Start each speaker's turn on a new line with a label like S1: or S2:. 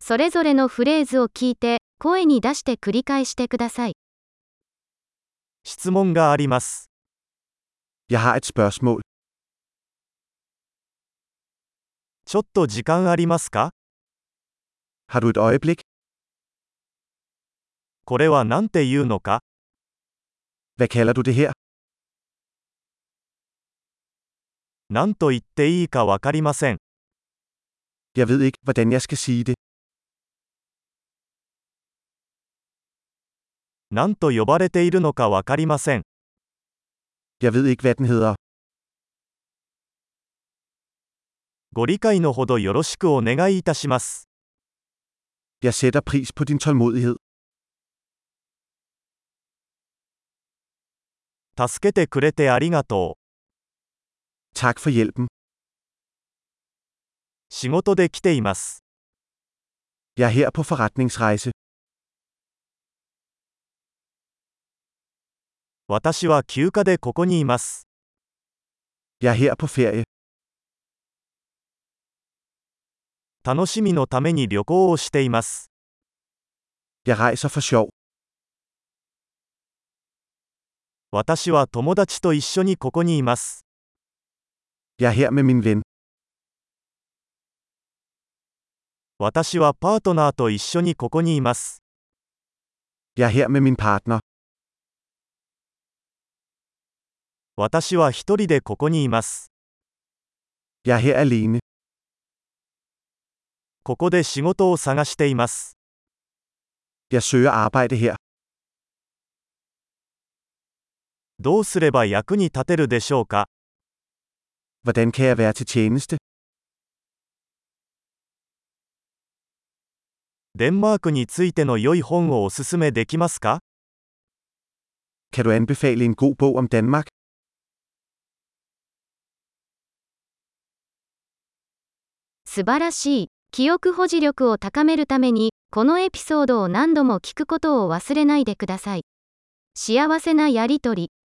S1: それぞれのフレーズを聞いて、声に出して繰り返してください。
S2: 質問があります。
S3: Jeg har et spørgsmål.
S2: ちょっと時間ありますか
S3: Har du et øjeblik?
S2: これは何て言うのか
S3: Hvad kalder du det her?
S2: 何と言っていいかわかりません。
S3: Jeg ved ikke, hvordan jeg skal sige det.
S2: 何と呼ばれているのかわかりません。
S3: Jeg ved ikke, hvad den hedder.
S2: ご理解のほどよろしくお願いいたします。
S3: Jeg sætter pris på din tålmodighed.
S2: 助けてくれてありがとう。
S3: Tak for hjælpen.
S2: 仕事で来ています。
S3: Jeg er her på forretningsrejse.
S2: 私は休暇でここにいます。
S3: Jeg er her på ferie.
S2: 楽しみのために旅行をしています。
S3: Jeg rejser for sjov.
S2: 私は友達と一緒にここにいます。
S3: Jeg er her med min ven.
S2: 私はパートナーと一緒にここにいます。
S3: Jeg er her med min partner.
S2: 私は一人でここにいます。
S3: Jeg er her alene.
S2: ここで仕事を探しています。
S3: Jeg søger arbejde her.
S2: どうすれば役に立てるでしょうか
S3: Hvordan kan jeg være til tjeneste?
S2: デンマークについての良い本をおすすめできますか
S3: Kan du anbefale en god bog om Danmark?
S1: 素晴らしい。記憶保持力を高めるために、このエピソードを何度も聞くことを忘れないでください。幸せなやりとり。